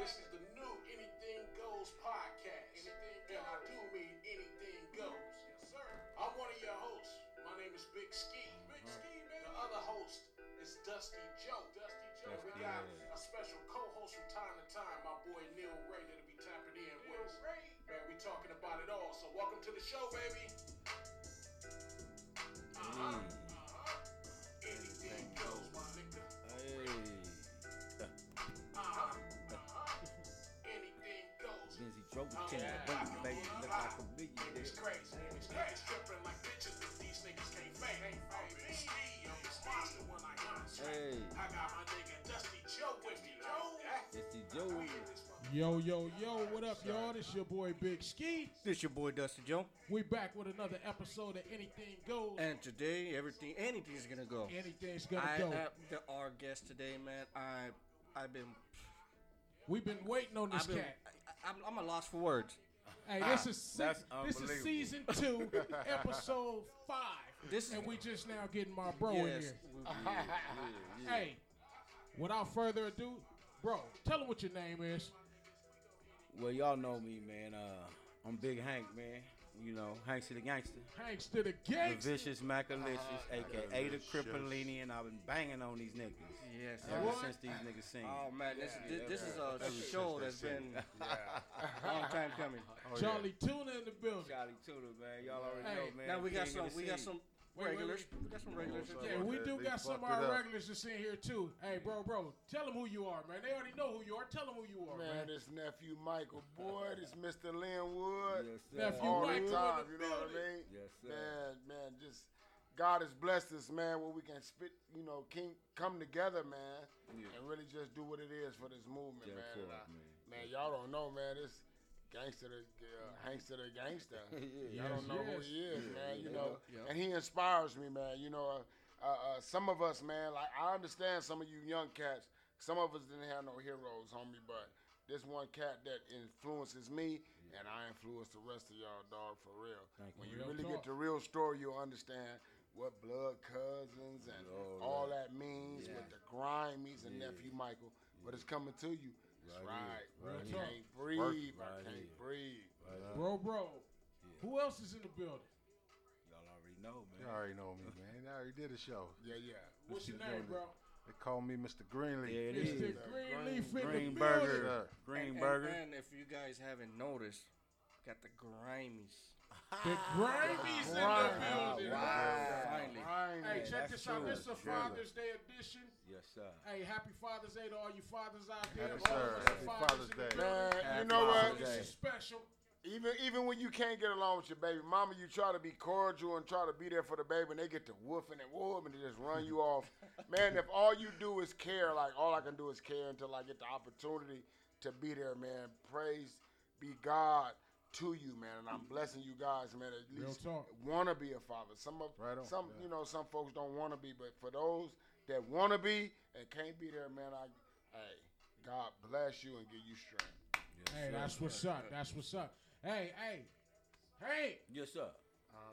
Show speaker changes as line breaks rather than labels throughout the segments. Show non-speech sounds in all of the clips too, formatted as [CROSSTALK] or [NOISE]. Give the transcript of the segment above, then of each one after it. This is the new Anything Goes podcast. Anything goes. And I do mean anything goes. Yes, sir. I'm one of your hosts. My name is Big Ski. Big Ski, man. The other host is Dusty Joe. Dusty Joe.
Dusty,
we got
yeah.
a special co-host from time to time, my boy Neil Ray, that'll be tapping in with us. Man, we talking about it all. So welcome to the show, baby. Uh-huh. Uh-huh. Anything goes, my nigga.
Hey,
Uh-huh. Uh-huh. Anything goes.
Busy Joe
Oh,
King, the baby, baby, look like a million
It's
there.
crazy. It's crazy. Tripping like bitches, but these niggas can't fake. I'm big Steve. I'm the monster when I got straight.
Hey.
I got my nigga Dusty Joe with me. Joe.
Busy Joe.
Yo, yo, yo, what up, y'all? This your boy Big Ski.
This your boy Dusty Joe,
We back with another episode of Anything Goes.
and today everything, anything's gonna go.
Anything's gonna
I
go.
uh, the, our guest today, man. I, I've been,
We've been waiting on this
I've been,
cat.
I, I'm, I'm a loss for words.
Hey, this is se-
that's
this is
unbelievable.
season
[LAUGHS]
two, episode five.
This is-
and we just now getting my bro
Yes,
in
we- yeah,
here. Hey, without further ado, bro, tell him what your name is.
Well, y'all know me, man. Uh, I'm Big Hank, man. You know, Hank's the gangster.
Hanks to the
The
gangster.
vicious Macalicious, aka the
Macalicious.
Crippolini, and I've been banging on these niggas
yes.
ever
What?
since these niggas seen.
Oh man, this is this, this is a
since
show
they
that's
seen
been a long time coming.
Oh,
Charlie Tuna in the building.
Charlie Tudor, man. Y'all already
Hey.
know, man.
Now we got
King of
some,
the
we got
sea.
some
wait,
regulars.
wait.
We got some regulars.
Oh,
Yeah,
sorry.
Yeah,
we
They-
do
they
got some of
fucked it
our
up.
regulars that's in here too. Hey, bro, bro, tell them who you are, man. They already know who you are. Tell them who you are, man.
[LAUGHS] Man, this nephew Michael, boy, this Mr. Linwood.
Yes, sir.
Nephew
all
Michael in
the time,
the
you know what I
building.
mean?
Yes, sir.
Man, man, just God has blessed us, man, where we can spit, you know, king, come together, man, and really just do what it is for this movement,
Yeah,
man.
cool,
And I-
man.
man, y'all don't know, man, this gangster, the, uh, gangster,
[LAUGHS]
the gangster. Y'all don't know who
yes.
he is, man. You know, and he inspires me, man. You know, uh, uh, uh, some of us, man. Like I understand some of you young cats. Some of us didn't have no heroes, homie, but this one cat that influences me, and I influence the rest of y'all, dog, for real.
Thank
when
you.
you
Real
really
talk.
get the real story, you'll understand what blood cousins and
Lord.
all that means
Yeah.
with the grimies and nephew Michael. But it's coming to you. That's right.
Right
here.
I
Real talk.
can't breathe.
Right
I can't
here.
breathe.
Bro, bro, who else is in the building?
Y'all already know,
You
man.
already know me, man. You already did a show.
Yeah, yeah.
What's your
the
name,
building.
bro?
They call me Mr. Greenlee.
Yeah, it
It's the
is.
Greenleaf in the building.
Green Burger. Green
and,
Burger.
And, if you guys haven't noticed, we got the Grimies.
The Grammys in the building.
Finally.
Right,
Hey,
man.
check
that's
this out.
true,
This is a
that's true.
Father's Day edition.
yes, sir.
Hey, happy Father's Day to all you fathers out there.
Happy,
All of
sir.
us are
Happy Father's
in the
Day.
building.
Man, you
Happy
know what?
Father's Day.
This is special.
Even even when you can't get along with your baby mama, you try to be cordial and try to be there for the baby, and they get to woofing and whooping and just run you
[LAUGHS]
off. Man, if all you do is care, like all I can do is care until I get the opportunity to be there, man. Praise be God to you, man, and I'm blessing you guys, man. At
Real
least
talk.
want to be a father. Some of
Right on,
some
yeah.
you know some folks don't want to be, but for those that want to be and can't be there, man, I hey God bless you and give you strength.
Hey, that's what's up. That's what's up. Hey, hey, hey,
Yes, sir.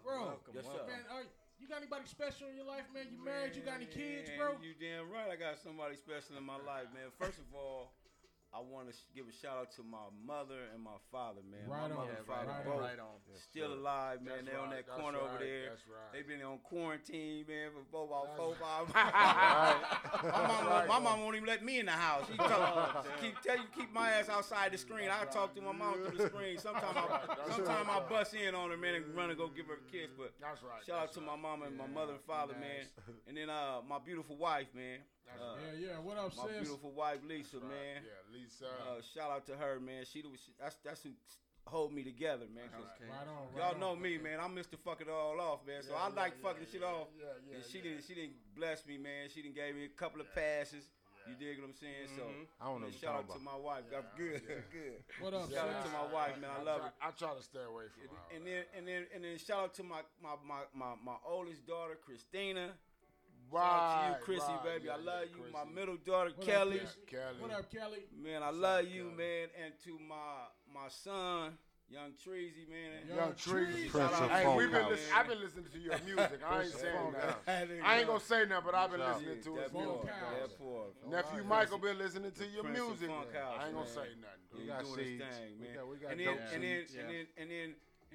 bro.
Uh, Welcome,
Yes, sir.
welcome.
Man, are, you got anybody special in your life, man? You married? You got any kids, bro? [LAUGHS]
You damn right. I got somebody special in my life, man. First of all, I want to give a shout out to my mother and my father, man.
Right
my
on,
mother
yeah,
and father
right
both
on.
Right on.
still alive, man.
That's
They're on
right,
that
that's
corner over
right,
there.
that's right.
They've been on quarantine, man, for four, about four, five. [LAUGHS]
[LAUGHS]
my mom, my mom won't even let me in the house. She
Oh,
told, she keep tell you keep my ass outside the screen. I talk to my mom through the screen. Sometimes I, sometimes I bust in on her, man, and run and go give her a kiss. But
That's right,
Shout out
that's
to my mom and my mother and father, man, and then uh my beautiful wife, man. Uh,
Yeah, yeah. What up,
my
sis?
beautiful wife Lisa, man.
Yeah, Lisa.
Uh, shout out to her, man. She, the- she that's that's who hold me together, man. 'cause
Right on. Right
Y'all
on.
know me, man. I am Mr. fuck it all off, man. So I like fucking shit off.
yeah, yeah,
and she
yeah.
didn't she didn't bless me, man. She didn't gave me a couple of passes. You dig what I'm saying?
Mm-hmm.
So
I don't know what you're
Shout out to
talking
my wife. I'm good, good.
What up,
Shout out to
sis?
my wife, man. I love her.
I try to stay away from all
[LAUGHS] And
that.
then and then and then shout out to my my my my, my oldest daughter, Christina. Shout out to
Right,
you, Chrissy,
right,
baby.
yeah,
I love
yeah,
you. My
Chrissy.
middle daughter,
What up,
Kelly.
Chris?
Kelly.
What up, Kelly?
Man, I love you, man. And to my my son, Young Treasy, man.
Young Young Treasy. Treasy.
Shout out
Prince of
to
Hey,
Phone
we've been
call.
listen- I've been listening to your music. I ain't
Prince of
saying
[LAUGHS]
phone
nothing.
That nigga.
I ain't gonna say nothing, but I've been
Shout
listening to
That
his
boy,
music.
Phone call.
that boy.
Nephew Michael been listening to your
Prince of
music.
Funk
I
House,
ain't gonna
man.
say nothing.
Yeah,
Dude. [LAUGHS]
he
got
doing his
seeds.
thing,
We
man.
got- we got
and then,
dope
and then,
seeds, yeah.
and then, and then,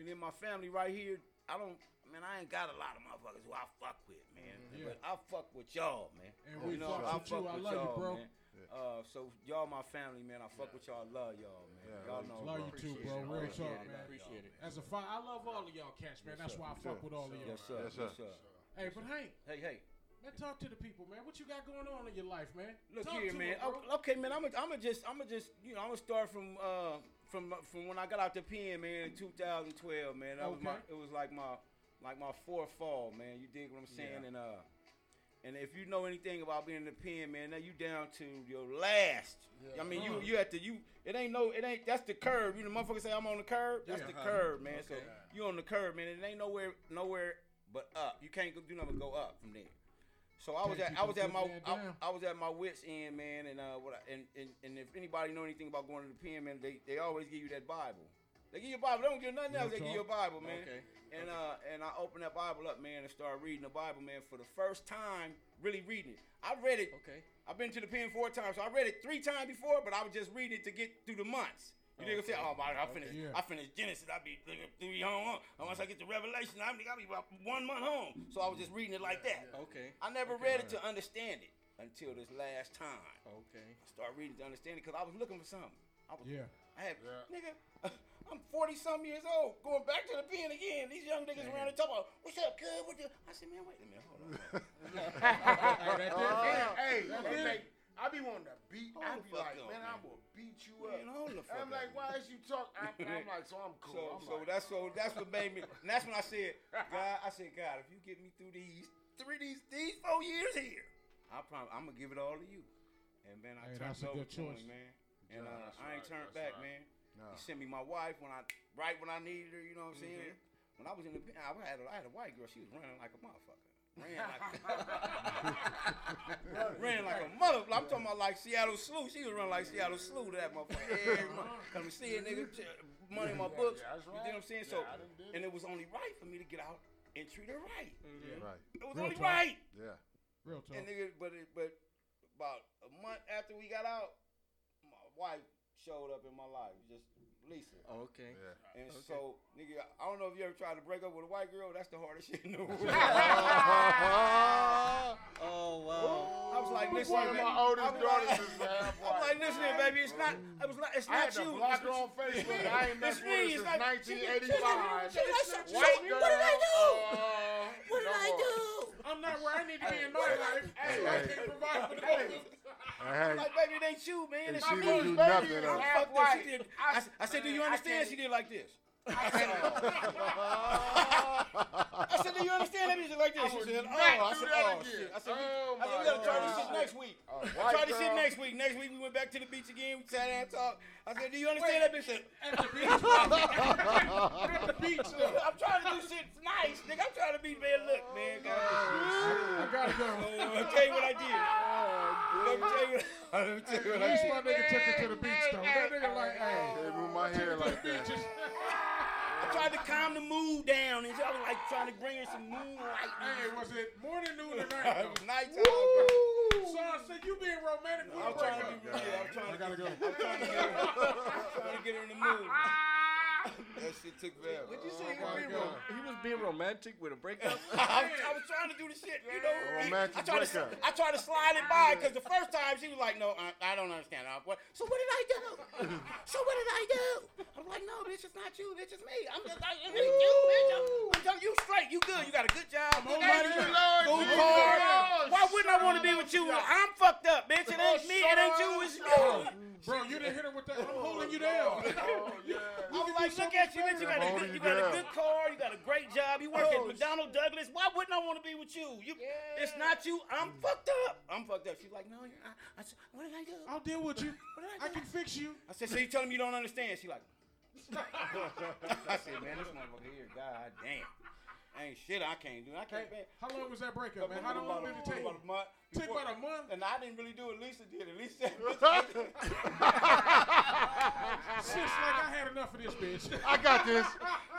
and then, my family right here. I don't, man. I ain't got a lot of motherfuckers who I fuck with, man.
Mm-hmm. Yeah.
But I fuck with y'all, man.
And we
you know,
fuck
I
with
fuck
you. I
with
love you,
y'all,
bro.
Man. Uh, so y'all, my family, man. I fuck with y'all. I Love y'all, man.
Yeah,
y'all
love
know,
you too,
Love
bro.
you too, bro.
Appreciate it.
Real
Appreciate
talk,
it.
man.
Appreciate it.
As a fi- I love all of y'all cats, man. That's why I fuck with all of y'all.
Yes, sir.
Yes, sir.
Yes, sir.
Hey, but Hank,
Hey, hey.
man, talk to the people, man. What you got going on in your life, man?
Look
talk
here,
to
man.
them, bro.
O- Okay, man. I'm gonna I'm just I'm gonna just you know I'm gonna start from uh from from when I got out the pen, man, in 2012, man. That was my
Okay.
it was like my like my fourth fall, man. You dig what I'm saying? And uh and if you know anything about being in the pen, man, now you down to your last. I mean,
Uh-huh.
you you have to you. It ain't no. It ain't. That's the curb. You know, motherfuckers say I'm on the curb. That's the
Yeah.
curb, man. So
Okay.
you on the curb, man. It ain't nowhere nowhere but up. You can't go, do nothing but go up from there. So I was
Can't
at
keep
I
a
was at
good
my
man
I,
down.
I was at my wits end, man, and uh, what I, and, and and if anybody know anything about going to the pen, man, they, they always give you that Bible. They give you a Bible. They don't give nothing
Real
else. They give you a Bible, man.
Okay.
And uh, and I opened that Bible up, man, and started reading the Bible, man, for the first time, really reading it. I read it.
Okay.
I've been to the pen four times, so I read it three times before, but I was just reading it to get through the months. You niggas say, oh, my, I finished,
Yeah.
I finished Genesis. I be three, three home. And once I get to Revelation, I am I be about one month home. So I was just reading it like that.
Okay.
I never read it to understand it until this last time. I
Okay.
started reading to understand it because I was looking for something. I was,
Yeah.
I had,
Yeah.
nigga, [LAUGHS] I'm 40 some years old, going back to the pen again. These young niggas around the top about, what's up, kid? What the-" I said, man, wait a minute,
[LAUGHS]
hold on.
Hey, that-
Man, hey,
it.
it make- I be wanting to beat. I be
Hold the fuck
like,
up,
man,
man.
I'm gonna beat you
Man,
up.
hold the fuck
I'm like,
up.
why is you talk? I'm, [LAUGHS] I'm like, so I'm cool.
So,
I'm
so
like,
that's
[LAUGHS]
so that's what made me. And that's when I said, God, I said, God, if you get me through these three these these four years here, I promise I'm gonna give it all to you. And man, I
Hey,
turned
that's a
it over
good
to him,
choice.
man. And
Yeah,
uh,
that's
I ain't
right,
turned
that's
back,
right.
man.
No.
He sent me my wife when I right when I needed her. You know what I'm
Mm-hmm.
saying? When I was in the pen, I had a, I had a white girl. She was running like a motherfucker.
[LAUGHS]
Ran like, ran like a mother. I'm talking about like Seattle Slew. She was running like Seattle Slew to that motherfucker. Every month. Come see it, nigga. Money in my
Uh-huh. Yeah,
books.
yeah, that's
You
right.
know what I'm saying?
Yeah,
So,
I done did
and it was only right for me to get out and treat her right.
Right.
It was
Real
only
talk.
right.
[LAUGHS]
Yeah.
Real talk.
And nigga, but it, but about a month after we got out, my wife showed up in my life, just Lisa.
Oh,
Okay.
Yeah.
And
okay.
so, nigga, I don't know if you ever tried to break up with a white girl. That's the hardest [LAUGHS]
[LAUGHS]
shit in the world.
Oh wow.
I was like,
One
listen,
of my
baby.
oldest
I'm like-
daughters is a [LAUGHS] half
I'm like,
white.
listen here, baby. It's not. I was not. It's
I had
not
to
you.
block
It's-
her on Facebook. I ain't messed
It's
with her
me.
since
It's like She,
1985.
she, she,
White girl.
what did I do?
uh,
What
no
did I
more.
do?
I'm not where I need to be in my life.
Hey,
so I
hey.
can't provide for the both of us.
Hey,
[LAUGHS] Like, baby, it ain't you,
Uh,
man.
and
It's
she
me.
didn't do
baby,
nothing.
it's
though.
like-
Fuck what she
Right.
did.
I-
I, s- I said, do you
I
understand?
can't-
She did like this.
[LAUGHS]
I can't-
I said, do you understand? That music like this. She
would
said, oh.
not
I
do
said,
that
oh,
again.
shit. I said, we,
Oh,
I said, we
my
gotta try this
God.
shit next week.
A
We
white
Try this shit
girl.
next week. Next week we went back to the beach again. We sat down and talked. I said, do you understand that bitch? said,
At the beach. [LAUGHS] At the beach. though.
I'm trying to do shit nice, nigga. I'm trying to be man. Look, man. God.
I gotta go.
Let me tell you what I did. Let me tell you. What, let me tell you
At
what I
least
did.
my nigga took it to the beach though. That nigga like, hey.
They move my hair like
[LAUGHS]
that.
I tried to calm the mood down, and so I was like trying to bring her some moonlight.
Hey, was it morning, noon, or night?
It
though?
was [LAUGHS] nighttime. bro. [LAUGHS]
So I said, you being romantic, we
I'm
break
trying
up.
to be real. I'm trying
I
to get
gotta go.
trying to get her, trying to get her in the mood. That shit took forever.
Did you say
Oh
he was,
my
being
God.
rom- he was being romantic with a [LAUGHS] breakup?
I was, I was trying to do the shit, you know.
A romantic
I tried, to,
breakup.
I tried to slide it by because the first time she was like, "No, I, I don't understand." I, what, so what did I do? so what did I do? I'm like, "No, bitch, it's not you. Bitch, it's me. I'm just, I, it ain't you, bitch. I'm, I'm telling you straight. You good. You got a good job. Good money.
you, Lord.
Food
Thank you,
card.
Lord.
Why wouldn't I
Son
want to be
of
with you?
a-
I'm fucked up, bitch. It ain't me. It ain't you. It's
Son
you.
Bro, you didn't hit her with that. I'm holding you
[LAUGHS]
down.
[LAUGHS] Oh, yeah.
I was like, look at you, bitch. You got a good, you got a good car. You got a great job. You work at
Oh,
McDonald Douglas. Why wouldn't I want to be with you? You, it's not you. I'm
Mm.
fucked up. I'm fucked up. She's like, no, you're not. I said, what did I do?
[LAUGHS] I'll deal with you.
What did
I
I do?
can fix you.
I said, so you telling me you don't understand?
[LAUGHS]
She like, I said, man, this motherfucker here, god damn, ain't shit I can't do. I
Hey,
can't. man.
how long was that breakup, man? How
About
long
a-
did it take?
About a month.
Took
before-
about a month. [LAUGHS]
[LAUGHS] and I didn't really do it. Lisa did it. Lisa said, bitch,
Sis, like I had enough of this bitch.
I got this.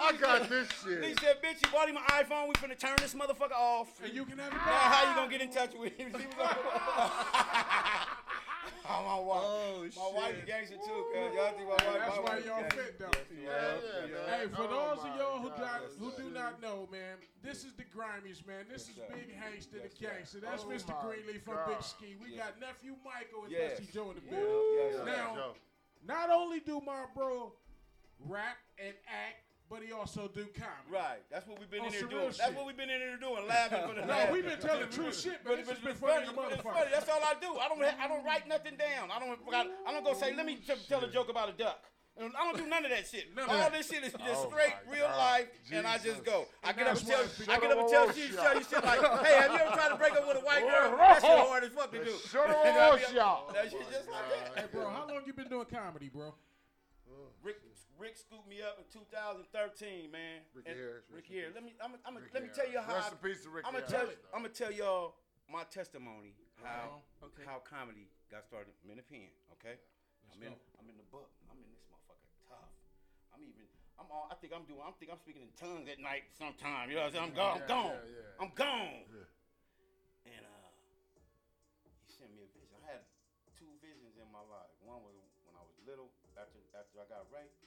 I got [LAUGHS] this
He
shit.
said, bitch, you bought him an iPhone. We finna turn this motherfucker off.
and you can have it
Now,
back.
how you gonna get in touch with him? [LAUGHS] She was like, oh, my wife.
Oh,
my wife
shit.
gangster too, cuz. Y'all think my wife
That's
my
why
wife
y'all
gangster.
fit though.
Yeah, yeah,
Hey,
man.
for
Oh
those of
my
y'all who,
God,
got,
yes,
who
sir.
do not know, man, this is the Grimies, man. This is
sir.
Big Hangster,
Yes,
the
sir.
gangster. That's
Oh
Mr.
my
Greenlee from Big
God.
Ski. We
Yes.
got nephew Michael and
Yes.
Bestie Joe in the
Yeah,
building.
yes, sir.
Now,
Joe.
not only do my bro rap and act, but he also do comedy.
Right. That's what we've been
On
in here
Oh, some
doing.
real
That's
shit.
what we've been in here doing, laughing for the
No, we've been telling true shit, but
But
it's
it's
just been funny as
funny.
a
It's funny.
motherfucker.
That's all I do. I don't. ha- I don't write nothing down. I don't. Got, I don't go say. Let me t- tell a joke about a duck. And I don't do none of that shit.
None of
all
that.
this shit is just
Oh
straight
my
real
God.
life, and I
Jesus.
just go. I
And
get up
that's
and tell.
why it's
I get up
shut
and tell
up,
you,
shut
tell you shit like, "Hey, have you ever tried to break up with a white girl? That shit hard as fuck to do."
[LAUGHS]
Shut up,
And I'll be up-
y'all.
That shit just like
Oh
that.
Hey, bro, how long you been doing comedy, bro?
Rick Rick scooped me up in 2013, man.
Ricky
And-
Harris,
Ricky
Ricky
Harris. Let me I'm, I'm,
Ricky
let me tell you how
Rest in peace to Ricky
I'm gonna
Harris,
tell it.
though.
I'm gonna tell y'all my testimony how
Uh-huh. Okay.
how comedy got started. I'm in a pen, okay? I'm in I'm in the book. I'm in this motherfucker tough. I'm even I'm all I think I'm doing I think I'm speaking in tongues at night sometime. You know what I'm saying? I'm gone. I'm
yeah,
gone.
yeah, yeah.
I'm gone. And uh he sent me a vision. I had two visions in my life. One was when I was little, after after I got raped,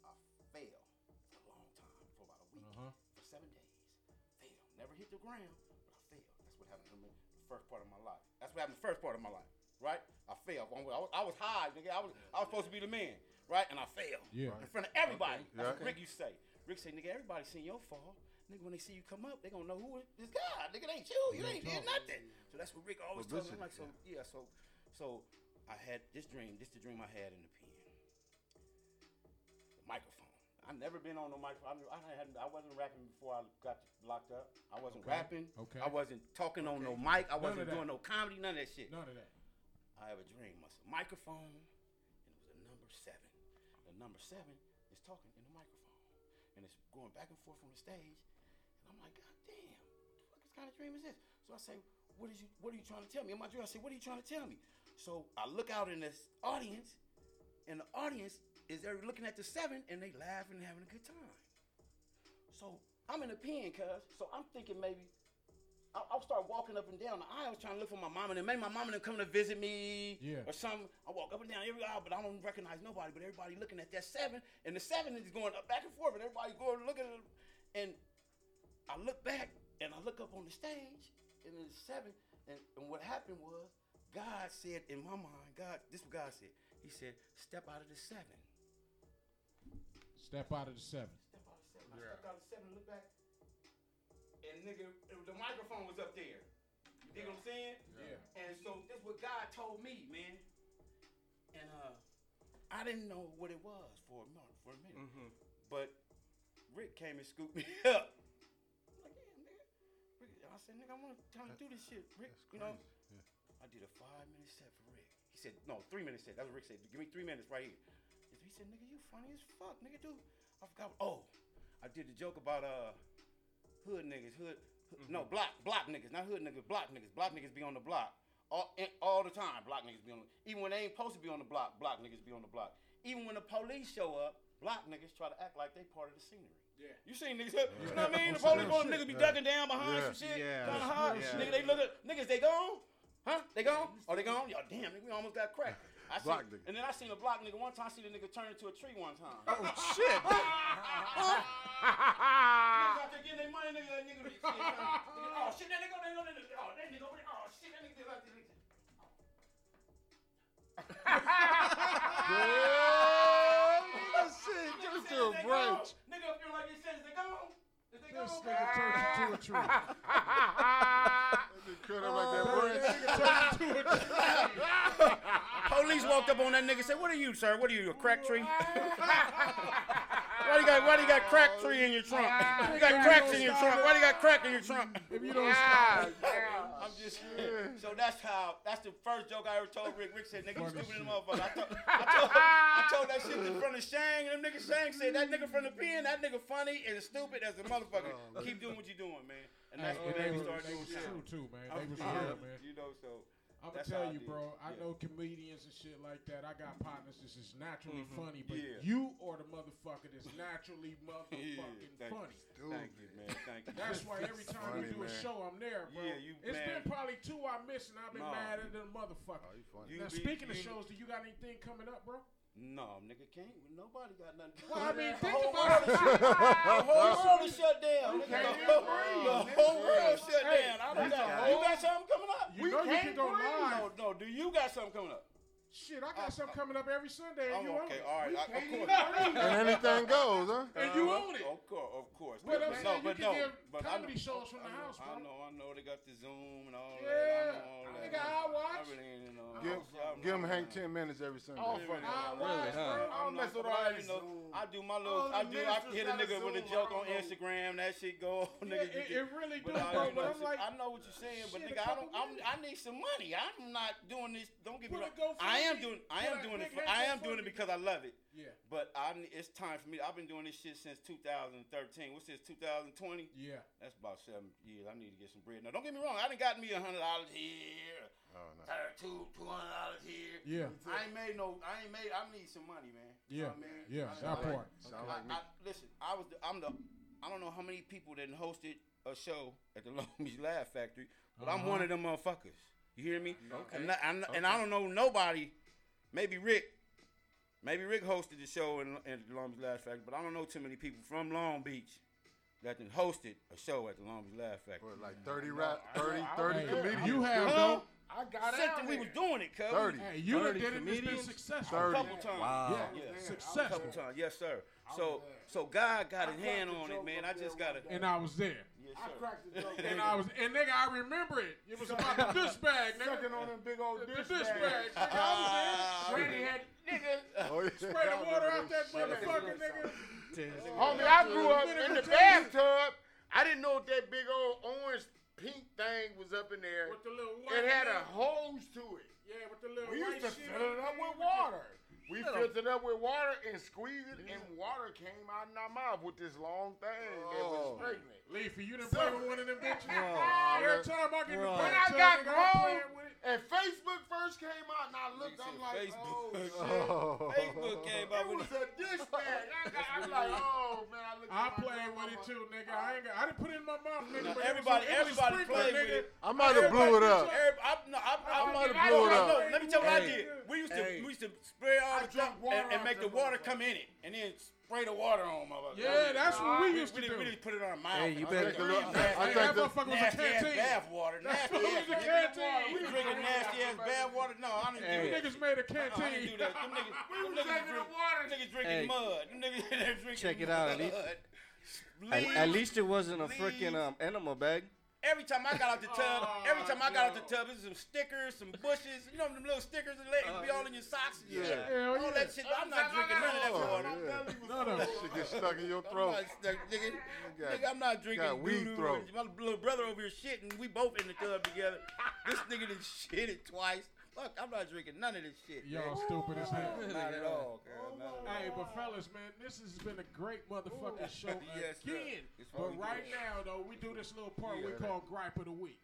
I fell for a long time, for about a week, for seven days. Fell, never hit the ground, but I fell. That's what happened to me the first part of my life. That's what happened the first part of my life, right? I fell. I was, I was high, nigga. I was I was supposed to be the man, right? And I fell
Yeah.
in front of everybody. That's what
Yeah.
Rick used to say. Rick say, nigga, everybody seen your fall. Nigga, when they see you come up, they gonna know who it is God. Nigga, it ain't you. You ain't did nothing. So that's what Rick always
Well,
tells me. I'm like, so
listen,
yeah, so so I had this dream, this the dream I had in the pen. The microphone. I've never been on no microphone. I, I, hadn't, I wasn't rapping before I got locked up. I wasn't rapping.
Okay.
I wasn't talking on no mic.
None
I
of
wasn't
that.
doing no comedy, none of that shit.
None of that.
I have a dream. It's a microphone, and it was a number seven. The number seven is talking in the microphone, and it's going back and forth from the stage. And I'm like, God damn, what the fuck this kind of dream is this? So I say, What is you? What are you trying to tell me? In my dream, I say, What are you trying to tell me? So I look out in this audience, and the audience is they're looking at the seven, and they laughing and having a good time. So I'm in a pen, cuz. So I'm thinking maybe I- I'll start walking up and down the aisles trying to look for my mom and then maybe my mom and them come to visit me
Yeah.
or something. I walk up and down every aisle, but I don't recognize nobody. But everybody looking at that seven, and the seven is going up back and forth, and everybody going looking at it. And I look back and I look up on the stage, and it's seven. And, and what happened was, God said in my mind, God, this is what God said. He said, step out of the seven.
Step out of the seven.
Step out of seven. I stepped out of seven and looked back. And nigga, it- the microphone was up there. You dig what I'm saying?
Yeah.
And so this what God told me, man. And uh, I didn't know what it was for a month, for a minute.
Mm-hmm.
But Rick came and scooped [LAUGHS] me up. I'm Like, yeah, nigga. Rick, I said, nigga, I want to time to do this shit, Rick. You know, I did a five minute set for Rick. He said, no, three minute set. That's what Rick said. Give me three minutes right here. He said, nigga, you funny as fuck, nigga, dude. I forgot. Oh, I did the joke about uh hood niggas, hood, hood- no block block niggas, not hood niggas, block niggas. Block niggas be on the block all and- all the time. Block niggas be on, the, even when they ain't supposed to be on the block. Block niggas be on the block. Even when the police show up, block niggas try to act like they part of the scenery.
Yeah.
You seen niggas, [LAUGHS] hood- you know what I mean? The police going, niggas be ducking down behind
Yeah.
some shit,
Yeah.
trying to hide.
Yeah.
Nigga, they look at niggas, they gone, huh? They gone? Are they gone? Y'all damn, nigga, we almost got cracked. I seen,
Block nigga.
and then I seen a block nigga one time. I seen a nigga turn into a tree one time.
[LAUGHS]
Niggas out there getting their money, nigga, that nigga be- shit, huh? Nigga, Oh shit, that nigga, that nigga, that nigga, oh that nigga, over there, oh shit, that nigga did like this.
shit, give
Nigga,
us a
is they
break.
gone? Nigga, if you're like you said, is they gone? Is they
This
gone?
nigga turned into a tree.
Police walked up on that nigga and said, What are you, sir? What are you, a crack tree? why do you got why do you got crack tree in your trunk? [LAUGHS] you got cracks in your trunk. Why do you got crack in your trunk? Ah.
If you don't
Oh,
stop,
[LAUGHS]
I'm just so that's how that's the first joke I ever told Rick. Rick said, "Nigga, you stupid as a motherfucker." I told, I, told, I told that shit in front of Shang, and them niggas Shang said that nigga from the pen, that nigga funny and stupid as a motherfucker. Keep doing what you doing, man. And that's
Oh, Hey,
what
they
made me
was-
start
they
doing
was
shit.
true too, man.
I'm-
They was
uh,
real, man.
You know, so
I'm gonna
That's
tell
how I
you,
did.
bro. I
Yeah.
know comedians and shit like that. I got partners. This is naturally funny, but
Mm-hmm. Yeah.
you are the motherfucker that's
[LAUGHS]
naturally motherfucking
thank
funny.
You. Thank you, man. Thank you.
That's why every time we
Funny,
do a
man.
show, I'm there, bro.
Yeah, you
It's
mad.
been probably two I missed, and I've been
Nah.
mad at the motherfucker.
Oh, you funny.
You
now,
be-
speaking of
you-
shows, do you got anything coming up, bro?
No, nigga, can't. Nobody got nothing. to do
Well, I
with
mean,
that.
think
Whole
about
[LAUGHS]
it.
world- The whole world is shut down. nigga.
can't
The
even
whole- the
breathe.
whole world shut
Hey,
down. I don't
that's
got.
a
You got something coming up?
You know you can go live.
No, no. Do you got something coming up?
Shit, I got something coming up every Sunday, and
Uh, I'm
you own
okay.
it.
All right. I,
Can't
of
even
course.
breathe.
And anything goes, huh?
and you
Uh,
own it.
Of course, of course.
But I'm saying you
but
can
no,
give
but I
comedy
know-
shows from the
I know,
house, bro.
I know, I know. They got the Zoom and all
Yeah.
that. I know all
I
that.
think I watch.
I really ain't in all
Give,
that. I'm
give him
not-
Hank 10 minutes every Sunday.
Oh,
Really,
for
really,
now,
I'm
why,
huh?
not-
bro? I don't
I'm
mess
not-
with
but
all
I,
that
you know,
Zoom.
I do
Oh,
my
All
little.
the
I do. I
ministers
hit a
got a
nigga with a
Zoom.
joke
I
on
don't know.
Instagram. That shit go.
Yeah,
Nigga, you
it,
get-
it really do,
But I,
bro.
you
But
know,
I'm
shit,
like,
I know what you're saying, but
shit, a
nigga, I
couple
don't. I'm,
minutes.
I need some money. I'm not doing this. Don't get me
Put a
wrong. I am
GoFundMe.
doing. I
Put
am
a
doing it.
big
For,
ass
I am doing it
GoFundMe.
because I love it.
yeah,
But I, ne- it's time for me. I've been doing this shit since 2013. What's this? 2020.
yeah.
That's about seven years. I need to get some bread. Now, don't get me wrong. I done got me a hundred dollars here,
Oh, no.
uh, two two hundred dollars here.
Yeah.
I ain't made no. I ain't made. I need some money, man.
Yeah.
You know what I mean?
Yeah,
I-
that
I-
part.
Sound
I-
like me.
I, listen, I was. The, I'm the. I don't know how many people that done hosted a show at the [LAUGHS] Long Beach Laugh Factory, but I'm
Uh-huh.
one of them motherfuckers. You hear me?
Okay.
And I, and- and I don't know nobody. Maybe Rick. Maybe Rick hosted the show in, in the Long Beach Laugh Factory, but I don't know too many people from Long Beach that done hosted a show at the Long Beach Laugh Factory.
What, like 30 rap, 30,
I-
30
Hey,
comedians.
You have
Huh?
though.
I got
Since
out
then we was
there.
doing it, cuz.
30.
Hey, you done
30
did it. and It's been
comedians?
successful.
30.
A couple times.
Yeah,
Wow.
Yeah.
I
successful.
couple times, yes, sir. So, so God got his
I
hand
cracked
on
the
it, man.
joke
I
up
just
there
gotta.
one day.
And I was there.
Yes,
I
sir.
cracked the
[LAUGHS]
joke.
And I was, and nigga, I remember it. It was about the dish bag, nigga.
sucking on them big old
The
dish
dish bag.
bags.
Nigga, I was there. Randy had
Oh, yeah. [LAUGHS]
spray the water out that
shit.
motherfucker, nigga. Oh,
Homie, I grew up in the bathtub. I didn't know if that big old orange pink thing was up in there.
With the little white.
It had a
nigga.
hose to it.
Yeah, with the little
We
white
used to
shit.
fill it up with water. We filled it up with water and squeezed it, and water came out in our mouth with this long thing that was
Oh.
pregnant.
Leafy, you done play with one of them bitches?
Bro.
Every time I get in the
When
bathtub,
I got
nigga, I'm
grown
playing with it.
and Facebook first came out, and I looked,
Nigga
I'm
said
like, oh,
Facebook.
shit.
Oh. [LAUGHS]
Facebook came
It
out
was
with
a dish bag. I got, I'm like, oh man, I looked.
I
at my
played with it
grandmama.
too, nigga. I ain't got, I didn't put it in my mouth, nigga. but it
Now,
was a-
everybody-
it was a
everybody
sprinkler,
played
nigga.
with it.
I might have blew it up.
Every, I, no, I, I,
I
might
did- I
have blew it
did-
up.
I
No, let me tell you what I
did.
did. We used to
Hey.
we used to spray all
I
the
drank
stuff
water
and, and
out
make the
that
water
motherfucker.
come in it, and then spray the water on my mother.
Yeah, that's what we
Nah,
used to
we,
do.
We just put it on our mouth.
Hey, you
I
better-
think
I think the-
Hey,
I
that
think the-
motherfucker was a
Nasty ass
canteen. [LAUGHS]
bath wager Nasty
It was
ass.
a canteen.
We was drinking nasty ass bath water. No, I didn't
You
do that.
niggas made a
I didn't
canteen.
do that. Them niggas, them
was
niggas
drinking
drink-
the water.
them Niggas drinking
Hey.
mud. Them niggas [LAUGHS] they drinking
Check it out, at least-
mud.
At,
Leaves.
at least it wasn't a
Please.
freaking um, animal bag.
Every time I got out the tub, every
Oh,
time I got out
no.
the tub, it was some stickers, some bushes, you know them little stickers that let it be all in your socks and shit.
Hell
All
Oh, yeah.
that shit. I'm not drinking none of that water.
Oh, yeah.
None of it.
Shit gets stuck in your
I'm
throat.
not, stuck- nigga,
got-
nigga, I'm not drinking
got weed
doo-doo
throat.
and My little brother over here shitting. We both in the tub together. This nigga done shitted twice. Fuck, I'm not drinking none of this shit.
Y'all
man.
stupid as hell.
Not at all, girl. Not at all.
Hey, but fellas, man, this has been a great motherfucking show
Yes, sir.
again.
It's what
But
we
right
do.
now, though, we do this little part we
Yeah.
call Gripe of the Week.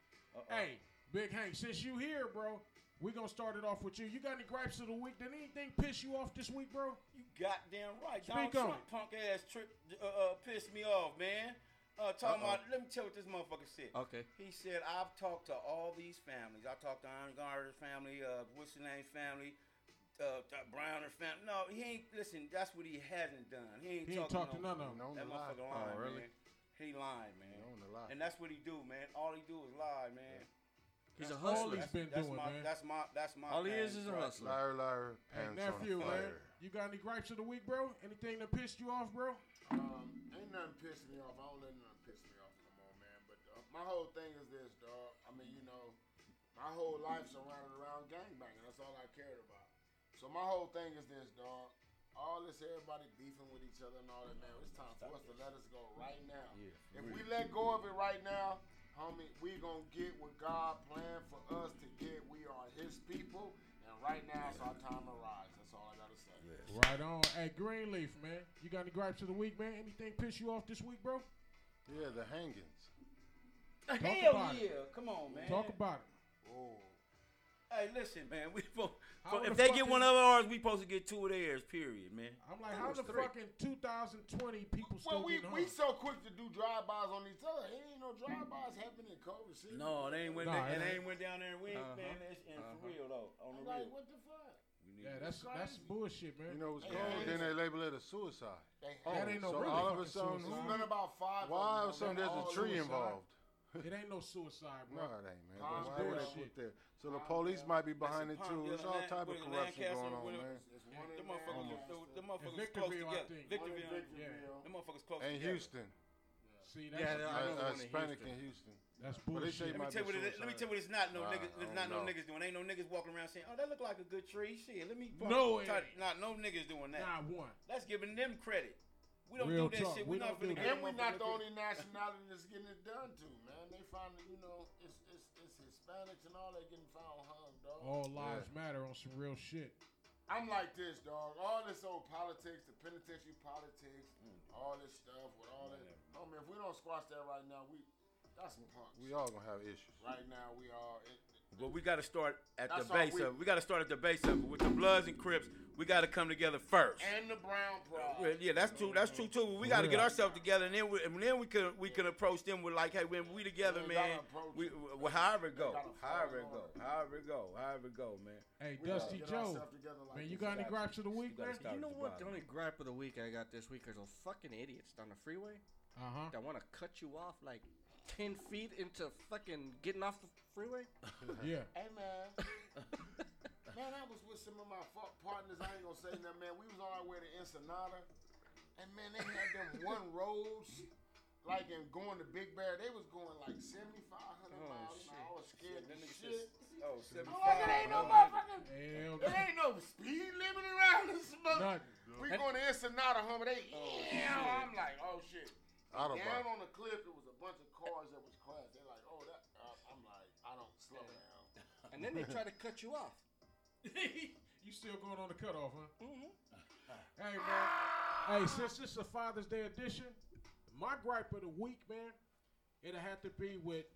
Hey, Big Hank, since you here, bro, we gonna start it off with you. You got any gripes of the week? Did anything piss you off this week, bro?
You goddamn right.
Speak
Donald
on
Trump
it.
punk ass trip uh, uh, pissed me off, man. Uh, talking
Uh-oh.
about, let me tell you what this motherfucker said.
Okay.
He said, I've talked to all these families. I talked to Iron Garner's family, uh, what's her name family, uh, Th- Browner family. No, he ain't, listen, that's what he hasn't done. He ain't,
He ain't
talked
talked to none of them.
No,
That
no lie.
motherfucker lying,
Oh, really?
man. He lying, man.
He on the lie.
And that's what he do, man. All he do is lie, man.
He's a
That's all
hustler.
he's
That's,
been
that's
doing,
my,
man.
That's my, that's my.
All he is is
thing,
a
bro.
hustler.
Liar, liar,
Hey,
pants
nephew,
on
man,
fire.
you got any gripes of the week, bro? Anything that pissed you off, bro?
Um, ain't nothing pissed me off. I don't let nothing piss me off no more, man. But uh, my whole thing is this, dog. I mean, you know, my whole life surrounded around gangbanging. That's all I cared about. So my whole thing is this, dog. All this everybody beefing with each other and all that, man. It's time for us to let us go right now. if we let go of it right now, homie, we gonna get what God planned for us to get. We are His people, and right now it's our time to rise. That's all I gotta say.
Right on. Hey, Greenleaf, man, you got any gripes of the week, man? Anything piss you off this week, bro?
Yeah, the hangings.
Hell
about
yeah.
it.
Come on, man.
Talk about it.
Oh,
Hey, listen, man. [LAUGHS] We supposed,
How
if
the
they
fuck
get
is-
one of ours, we supposed to get two of theirs. Period, man.
I'm like, how the fucking 2020 people still
Well, we,
getting hung?
we so quick to do drive-bys on each other. Ain't no drive-bys happening in Culver City.
No, they ain't went.
Nah,
down,
it
and they
ain't.
ain't went down there and we ain't
Uh-huh.
man. It's, and for
Uh-huh.
real though, on the
Like,
real.
what the fuck?
We need
Yeah,
to-
that's that's bullshit, man.
You know what's
Hey,
cold?
hey,
Then they
listen.
label it a suicide.
They
Oh,
That ain't no
so
really
all of a
fucking
sudden,
There's
suicide.
been about five.
why all of a
of them, man.
sudden there's
All
a tree
suicide.
involved?
it ain't no suicide,
No,
bro.
it ain't, man.
Cons
But why would
bullshit.
they put there? So the
Cons
police
bull-
might be behind it
Listen,
too.
Palmdale
It's all
and
type of
Lan-
corruption
Lancaster
going on,
with-
man.
It's
Yeah,
one
Them
in
motherfuckers,
Lancaster,
them- them
And
motherfuckers close
Victorville, I
together.
think.
one in
Victorville,
Victorville.
them motherfuckers close
And
together.
Houston,
See, that's
Yeah,
uh,
I know the
uh,
one in
Hispanic
Houston.
in Houston.
that's
But they
bullshit.
say
Let me tell
might
you
be
what it is. Let me
suicide.
tell you what it's not. No
Nah,
niggas.
I
It's not
don't
no
know.
niggas doing. Ain't no niggas walking around saying, "Oh, that look like a good tree." Shit, let me.
No, it
Try-
ain't.
Nah, no niggas doing that.
Not one.
That's giving them credit. We don't
Real
do that
talk,
shit.
we
We're not
don't do
finna
that.
And
give them
we're
motherfuckers
not the
credit.
only nationality that's getting it done to, man. They find that, you know, it's, it's, it's Hispanics and all that getting found hung, dog.
All lives matter on some real shit.
I'm like this, dog. All this old politics, the penitentiary politics,
Mm.
all this stuff with all that. Homie, if we don't squash that right now, we that's some punks.
We all gonna have issues.
Right now, we all. It,
Well, we got to start at
That's
the
all
base
we-
of. it. We got to start at the base of it. with the Bloods and Crips. We got to come together first.
and the
Uh,
Brown
Well,
Pride.
yeah, that's true. That's true too. We got to get ourselves together, and then we, and then we could we could approach them with like, hey, when we together,
We gotta
man.
approach
We,
them.
well, however it go,
gotta follow
however it
along.
go, however it go, however it go, man.
Hey,
We gotta
Dusty
get
Joe,
ourselves together like
man, you
this.
got any gripes of the week,
gotta
man?
stop. Start
You know
at the
what? The
bottom.
only gripe of the week I got this week is those fucking idiots on the freeway
Uh huh.
that want to cut you off like ten feet into fucking getting off the
[LAUGHS]
freeway.
Yeah.
Hey man, man, I was with some of my fuck partners. I ain't gonna say nothing, man. We was on our way to Ensenada, and man, they had
[LAUGHS]
them one roads, like in going to Big Bear. They was going like seventy five hundred
Oh,
miles. an
shit.
hour. I was scared
That
as
nigga
shit.
just- oh, 75.
I'm like, it ain't no
Oh,
motherfucking.
Hell
It ain't no speed limit around this motherfucker.
Nothing.
We going to Ensenada, homie. They,
Oh,
yeah,
shit.
I'm like, oh shit. Down
Autobahn.
on the cliff, it was a bunch of cars that was crashed. They're like, oh, that. Uh, I'm like, I don't slow down.
And then they try to cut you off.
you still going on the cutoff, huh?
Mhm.
Hey, man. Hey, since this is a Father's Day edition, my gripe of the week, man, it'll have to be with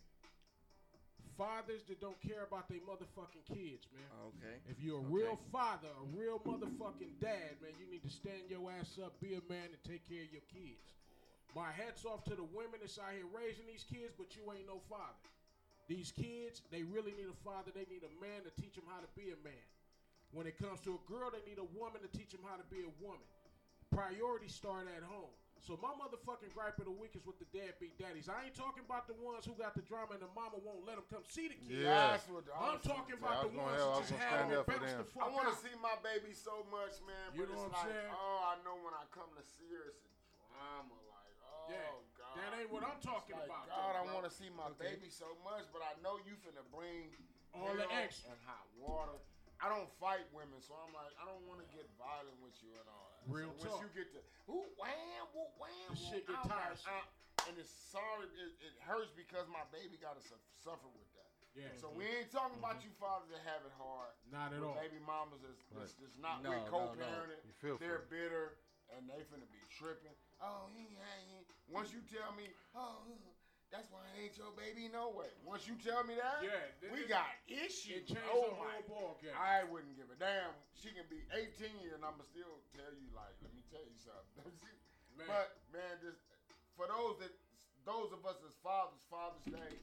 fathers that don't care about their motherfucking kids, man.
Okay.
If you're a real father, a real motherfucking dad, man, you need to stand your ass up, be a man, and take care of your kids. My hats off to the women that's out here raising these kids, but you ain't no father. These kids, they really need a father. They need a man to teach them how to be a man. When it comes to a girl, they need a woman to teach them how to be a woman. Priorities start at home. So my motherfucking gripe of the week is with the deadbeat daddies. I ain't talking about the ones who got the drama and the mama won't let them come see the kids.
Yeah.
That's what the-
I'm talking
I
about
was
the
gonna
ones that
hell, I was
just
gonna
had
stand
them
up for
bounce the
them.
I
fuck
want to
out.
see my baby so much, man.
You
But
know
it's
what I'm
like,
saying?
oh, I know when I come to see her, it's a drama. Like, oh
Yeah,
God,
That ain't what I'm
It's
talking
like,
about.
God,
though,
I
bro.
want to see my
Okay.
baby so much, but I know you finna bring
All the
hell
extra.
and hot water. I don't fight women, so I'm like, I don't want to get violent with you and all that.
Real
so
talk.
Once you get to whoo wham woo wham,
This
woo,
shit get
I'm like,
tiresome.
uh, and it's sorry, it, it hurts because my baby gotta su- suffer with that.
Yeah.
So we ain't talking about you fathers that have it hard.
Not Mm-hmm. at
Well,
all.
Baby mamas is, is,
Right.
is not
No,
with
no,
co-parenting.
no. You feel for
They're
it.
bitter and they finna be tripping. Oh, he ain't- he ain't. Once you tell me, oh, uh, that's why I ain't your baby, no way. Once you tell me that,
Yeah, th-
we
th-
got
It
issues.
changed the
Oh my
whole ball game.
I wouldn't give a damn. She can be 18 and I'ma still tell you like, let me tell you something. [LAUGHS]
Man.
But man, just for those that those of us as fathers, Father's Day,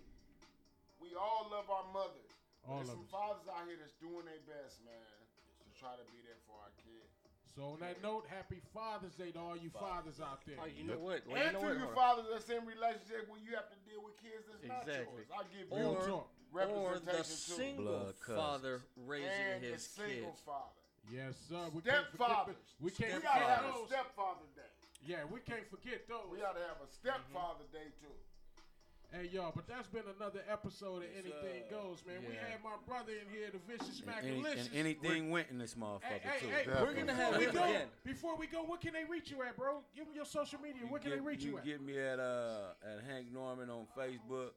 we all love our mothers.
All
But There's
of
some
us.
fathers out here that's doing their best, man, to try to be there for our kids.
So on that note, happy Father's Day to all you fathers out there.
Oh, you know what? Well, you
and
know
to
what?
you
Hold on.
fathers that's in relationship where you have to deal with kids that's
Exactly.
not yours. I give you
Real
Or-
talk.
or
representation too.
the single
Blood cousins.
father raising
and
his
the single
kids.
father.
Yes, sir. Uh, We can't forget.
Stepfathers.
the- We can't
We gotta
forget
have a
those.
stepfather day.
Yeah, we can't forget
We
those.
gotta have a stepfather
Mm-hmm.
day too.
Hey, y'all, but that's been another episode of Anything Goes, man. We
Yeah.
had my brother in here, the Vicious
And, any-
Maculicious.
and anything went in this motherfucker
Hey, hey,
too.
hey, we're
Definitely.
gonna have
We
we go,
again.
Before we go, where can they reach you at, bro? Give them your social media. Where can
get,
they reach you,
you
at?
get me at uh at Hank Norman on Facebook,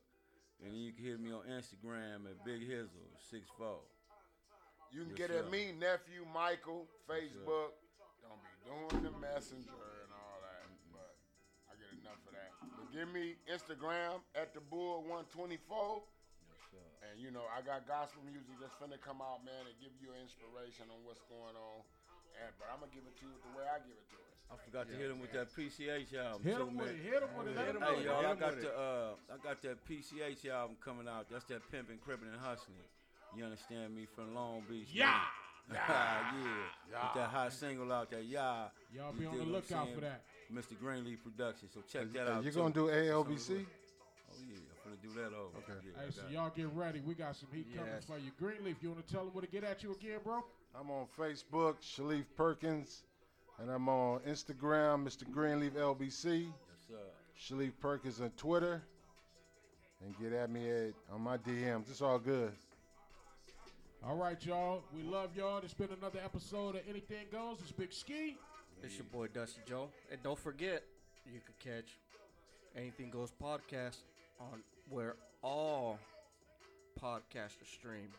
and then you can hit me on Instagram at Big Hizzle six four.
You can
Yes,
get
sir.
at me, nephew Michael, Facebook. Don't be doing the messenger and all that,
Mm-hmm.
but I get enough of that. But give me Instagram at the bull one twenty four. And you know, I got gospel music that's finna come out, man, and give you inspiration on what's going on. And but I'm gonna give it to you the way I give it to it.
I forgot to hit him with that PCH album.
Hit
too,
him with
man.
it. Hit him with it. Let him know.
Hey
it.
y'all, I
Hit 'em
got
with
the
it.
uh, I got that PCH album coming out. That's that pimping, crippin', and hustling. You understand me from Long Beach?
Yeah.
man. [LAUGHS] yeah, With that hot single out there, yeah.
Y'all
You
be on
dig
the
what I'm
lookout
saying?
for that.
Mr. Greenlee Productions. So check that
Uh,
out.
you
too.
gonna do ALBC?
Something- Oh yeah, I'm gonna do that over.
Okay.
Yeah, I
Hey, so
got it.
y'all get ready. We got some heat coming
Yes.
for you. Greenleaf, you want to tell them where to get at you again, bro?
I'm on Facebook, Shalif Perkins, and I'm on Instagram, Mr. Greenleaf LBC,
Yes, sir.
Shalif Perkins on Twitter, and get at me at on my DMs. It's all good.
All right, y'all. We love y'all. It's been another episode of Anything Goes. It's Big Ski.
It's your boy Dusty Joe, and don't forget you can catch Anything Goes podcast on where all podcasts are streamed.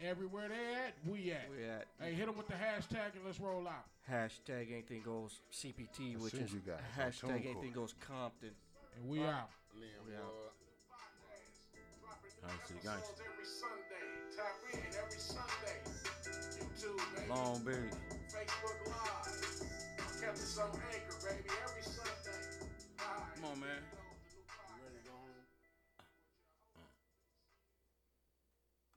Everywhere they at, we at.
We at
Hey, hit them with the hashtag and let's roll out.
hashtag Anything Goes CPT,
As
which
soon
is
as you guys on TuneCore.
hashtag Anything Goes Compton.
And we out.
Liam
Yeah.
Wood.
Gangsta, gangsta.
Every Sunday, tap in every Sunday. YouTube, baby.
Long Beach.
Facebook Live. Captain some